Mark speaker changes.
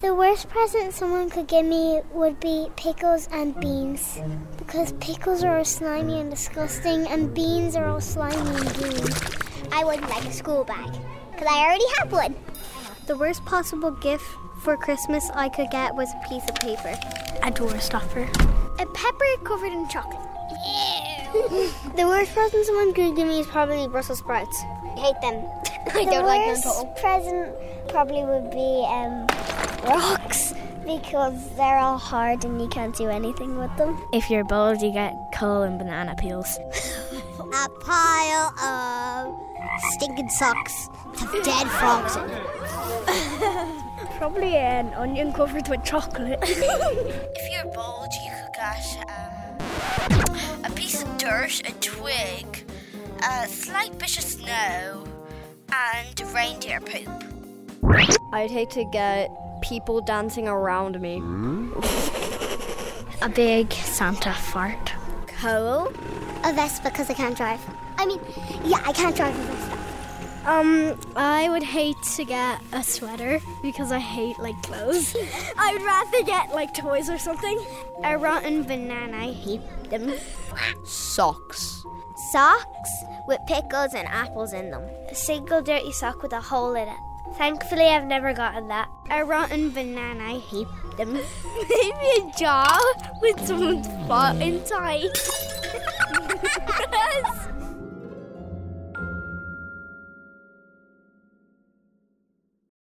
Speaker 1: The worst present someone could give me would be pickles and beans. Because pickles are all slimy and disgusting, and beans are all slimy and gooey.
Speaker 2: I wouldn't like a school bag, because I already have one.
Speaker 3: The worst possible gift for Christmas I could get was a piece of paper.
Speaker 4: A door stopper.
Speaker 5: A pepper covered in chocolate.
Speaker 1: the worst present someone could give me is probably Brussels sprouts.
Speaker 2: I hate them.
Speaker 1: I the don't like them at all. present probably would be um, rocks because they're all hard and you can't do anything with them.
Speaker 6: If you're bold, you get coal and banana peels.
Speaker 7: a pile of stinking socks with dead frogs in it.
Speaker 8: probably an onion covered with chocolate.
Speaker 9: if you're bold, you could get um, a piece of dirt, a twig, uh, a slight bit of snow, and reindeer poop.
Speaker 10: I'd hate to get people dancing around me.
Speaker 11: a big Santa fart.
Speaker 2: Coal. A Vespa because I can't drive. I mean, yeah, I can't drive a Vespa.
Speaker 12: Um, I would hate to get a sweater because I hate like clothes. I would rather get like toys or something.
Speaker 13: A rotten banana, I hate them.
Speaker 14: Socks.
Speaker 2: Socks with pickles and apples in them.
Speaker 15: A single dirty sock with a hole in it.
Speaker 16: Thankfully, I've never gotten that.
Speaker 13: A rotten banana, I hate them.
Speaker 17: Maybe a jar with someone's butt inside.